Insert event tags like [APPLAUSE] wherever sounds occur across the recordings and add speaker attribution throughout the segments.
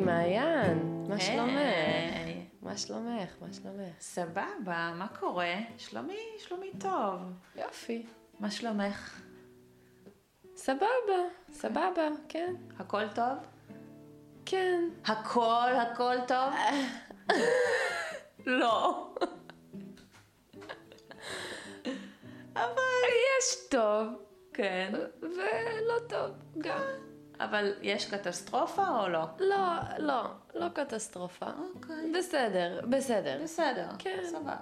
Speaker 1: מעיין, מה
Speaker 2: אה,
Speaker 1: שלומך?
Speaker 2: היי.
Speaker 1: מה שלומך? מה שלומך?
Speaker 2: סבבה, מה קורה? שלומי, שלומי טוב.
Speaker 1: יופי.
Speaker 2: מה שלומך?
Speaker 1: סבבה, סבבה, כן,
Speaker 2: הכל טוב?
Speaker 1: כן.
Speaker 2: הכל, הכל טוב? לא.
Speaker 1: יש טוב,
Speaker 2: כן.
Speaker 1: ולא טוב גם.
Speaker 2: אבל יש קטסטרופה או לא?
Speaker 1: לא, לא, לא קטסטרופה.
Speaker 2: אוקיי.
Speaker 1: בסדר, בסדר.
Speaker 2: בסדר.
Speaker 1: כן.
Speaker 2: סבבה.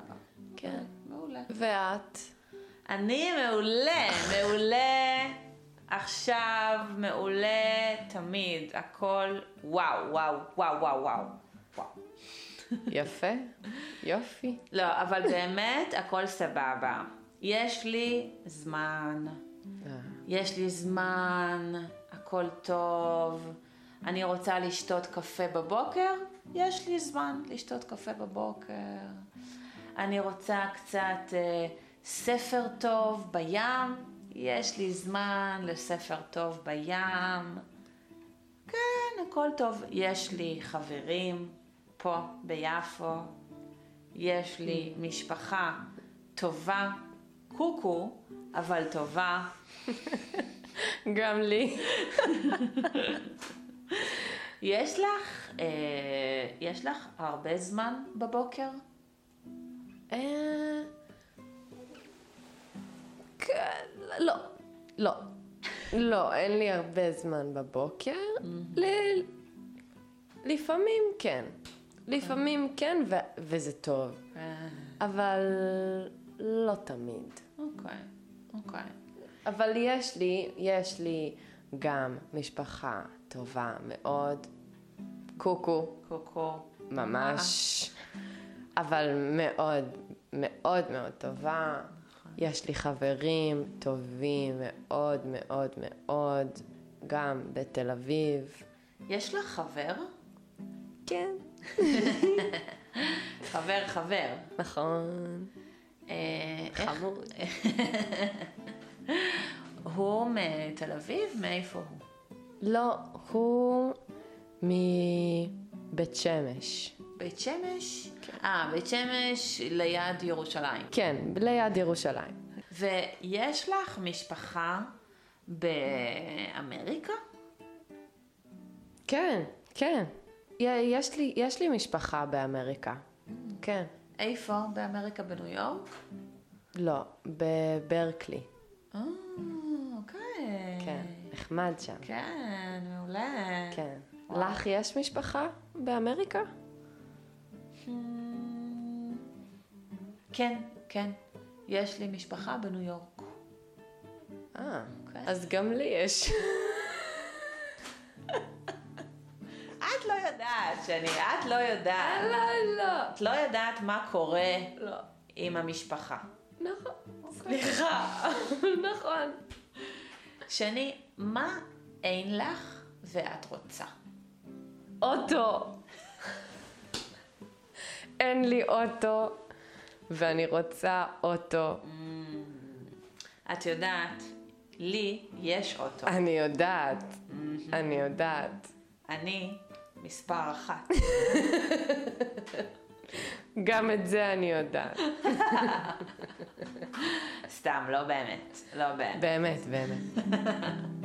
Speaker 1: כן.
Speaker 2: מעולה.
Speaker 1: ואת?
Speaker 2: אני מעולה, מעולה עכשיו, מעולה תמיד, הכל וואו, וואו, וואו, וואו, וואו. וואו.
Speaker 1: יפה, יופי.
Speaker 2: לא, אבל באמת הכל סבבה. יש לי זמן, יש לי זמן, הכל טוב. אני רוצה לשתות קפה בבוקר, יש לי זמן לשתות קפה בבוקר. אני רוצה קצת אה, ספר טוב בים, יש לי זמן לספר טוב בים. כן, הכל טוב. יש לי חברים פה ביפו, יש לי משפחה טובה, קוקו, אבל טובה.
Speaker 1: גם לי.
Speaker 2: יש לך, אה, יש לך הרבה זמן בבוקר?
Speaker 1: אה, כן, לא, לא. לא, אין לי הרבה זמן בבוקר. ל- לפעמים כן. לפעמים כן, ו- וזה טוב. אבל לא תמיד.
Speaker 2: אוקיי, אוקיי.
Speaker 1: אבל יש לי, יש לי גם משפחה טובה מאוד. קוקו.
Speaker 2: קוקו.
Speaker 1: ממש, אבל מאוד, מאוד מאוד טובה. יש לי חברים טובים מאוד מאוד מאוד, גם בתל אביב.
Speaker 2: יש לך חבר?
Speaker 1: כן.
Speaker 2: חבר חבר.
Speaker 1: נכון.
Speaker 2: אה, איך-
Speaker 1: חמוד.
Speaker 2: [LAUGHS] הוא מתל אביב? מאיפה הוא?
Speaker 1: לא, הוא מבית שמש.
Speaker 2: בית שמש? אה, בית שמש ליד ירושלים.
Speaker 1: כן, ליד ירושלים.
Speaker 2: ויש לך משפחה באמריקה?
Speaker 1: כן, כן. י- יש לי, יש לי משפחה באמריקה. כן.
Speaker 2: איפה? באמריקה בניו יורק?
Speaker 1: לא, בברקלי.
Speaker 2: אה, אוקיי.
Speaker 1: כן. נחמד שם.
Speaker 2: כן, מעולה.
Speaker 1: כן.
Speaker 2: וואו.
Speaker 1: לך יש משפחה באמריקה?
Speaker 2: Hmm, כן, כן. יש לי משפחה בניו יורק.
Speaker 1: אה,
Speaker 2: אוקיי.
Speaker 1: אז גם לי יש.
Speaker 2: את לא יודעת, שני, את לא יודעת.
Speaker 1: לא.
Speaker 2: את לא יודעת מה קורה
Speaker 1: לא.
Speaker 2: עם המשפחה.
Speaker 1: נכון.
Speaker 2: סליחה.
Speaker 1: נכון.
Speaker 2: שני, מה אין לך ואת רוצה?
Speaker 1: אוטו. אין לי אוטו, ואני רוצה אוטו.
Speaker 2: את יודעת, לי יש אוטו.
Speaker 1: אני יודעת. אני יודעת.
Speaker 2: אני מספר אחת. [LAUGHS]
Speaker 1: גם את זה אני יודעת.
Speaker 2: סתם, לא באמת. לא באמת.
Speaker 1: באמת, באמת.